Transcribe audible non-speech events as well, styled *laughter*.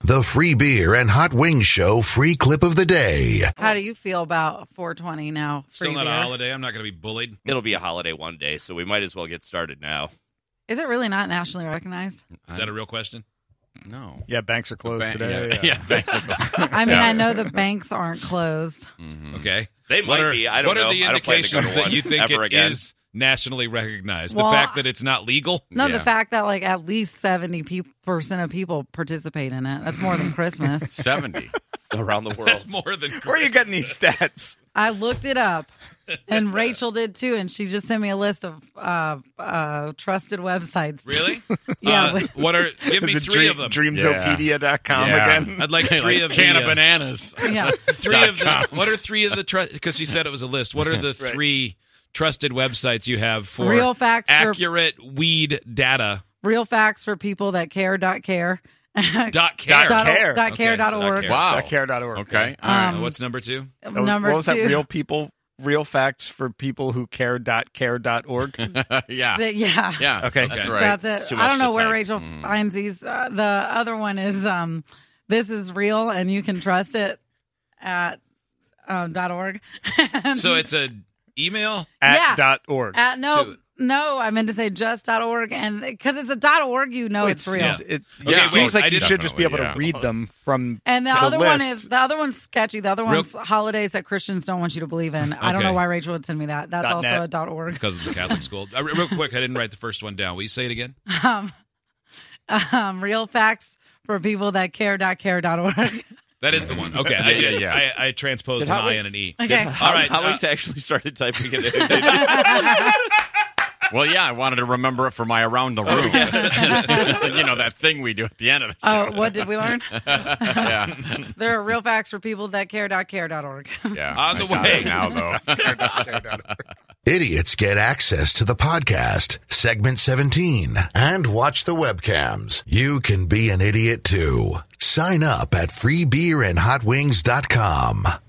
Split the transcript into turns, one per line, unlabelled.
The free beer and hot wings show free clip of the day.
How do you feel about 420 now?
Still
Free
not
beer?
a holiday. I'm not going to be bullied.
It'll be a holiday one day, so we might as well get started now.
Is it really not nationally
*laughs*
recognized?
Is that a real question?
no?
Yeah, banks are closed
Ban-
today.
Yeah, thanks.
I mean,
Yeah.
I know the banks aren't closed.
Mhm.
Okay.
They
what
might
are,
be. I don't
what
know.
are the
I don't plan to go
indications
to
that
one
you think
ever
it
again.
is nationally recognized?
Well,
the fact
I-
that it's not legal?
No, the
Yeah.
fact that like at least 70 pe- percent of people participate in it. That's more than
*laughs*
Christmas.
70.
*laughs* around the world?
That's more than
*laughs* Where are *laughs* you getting these stats?
I looked it up.
*laughs*
And Rachel did too, and she just sent me a list of uh, uh, trusted websites.
*laughs*
Really?
*laughs* Yeah,
Uh,
but-
what are *laughs* give me
Is it
three
dream-
of them.
Dreamsopedia.com
Yeah. *laughs*
again.
I'd like three of
Can
the,
of
uh,
bananas.
*laughs* Yeah,
three of the, what are three of the trust because she said it was a list. What are the three trusted websites you have *laughs* for
real facts for
accurate weed data?
real facts for people that care. Dot care.
Dot care.
Dot,
care.
dot
Okay,
care.
so
Dot
dot
org.
care.
Wow.
Care.org.
Okay. All
Uh,
right.
Um,
What's number two?
That was-
Number
Oh. what was
two.
that? Real people, real facts for people who care.care.org.
*laughs* yeah.
that- yeah.
Yeah.
Okay.
That's
Okay.
right.
That's
It's too
it.
much
I don't know
to
where
type.
Rachel
Mm.
finds these. Uh, the other one is um, this is real and you can trust it at um, dot org. *laughs*
So it's an email?
Yeah.
At dot .org.
at no.
so-
no, I meant to say just dot org, and because it's a dot org, you know oh, it's, real.
It, it
Okay,
seems
wait, I
like you
did-
should just be able to
Definitely, yeah.
read them from.
And the,
The
other one
list.
is the other one's sketchy. The other
Real-
one's holidays that Christians don't want you to believe in. I don't
Okay.
know why Rachel would send me that. That's
Dot
also
net.
a dot org. *laughs*
Because of the Catholic school. Uh, real quick, I didn't write the first one down. Will you say it again?
Um, um, real facts for people that care. Dot care. Dot org.
That is the one. Okay, I
Yeah, yeah,
did.
yeah.
I, I transposed
Did
an
Howard-
I and an E.
Okay.
All right.
How-
uh,
Alex actually started typing
*laughs*
it. in.
Well, yeah, I wanted to remember it for my around the room. *laughs* you know, that thing we do at the end of the
Oh,
show.
what did we learn?
yeah.
*laughs* There are real facts for people that care. Dot care. Dot org.
yeah.
On
I
the
got
way.
it now, *laughs* though.
Idiots get access to the podcast, segment 17, and watch the webcams. You can be an idiot too. Sign up at freebeerandhotwings.com.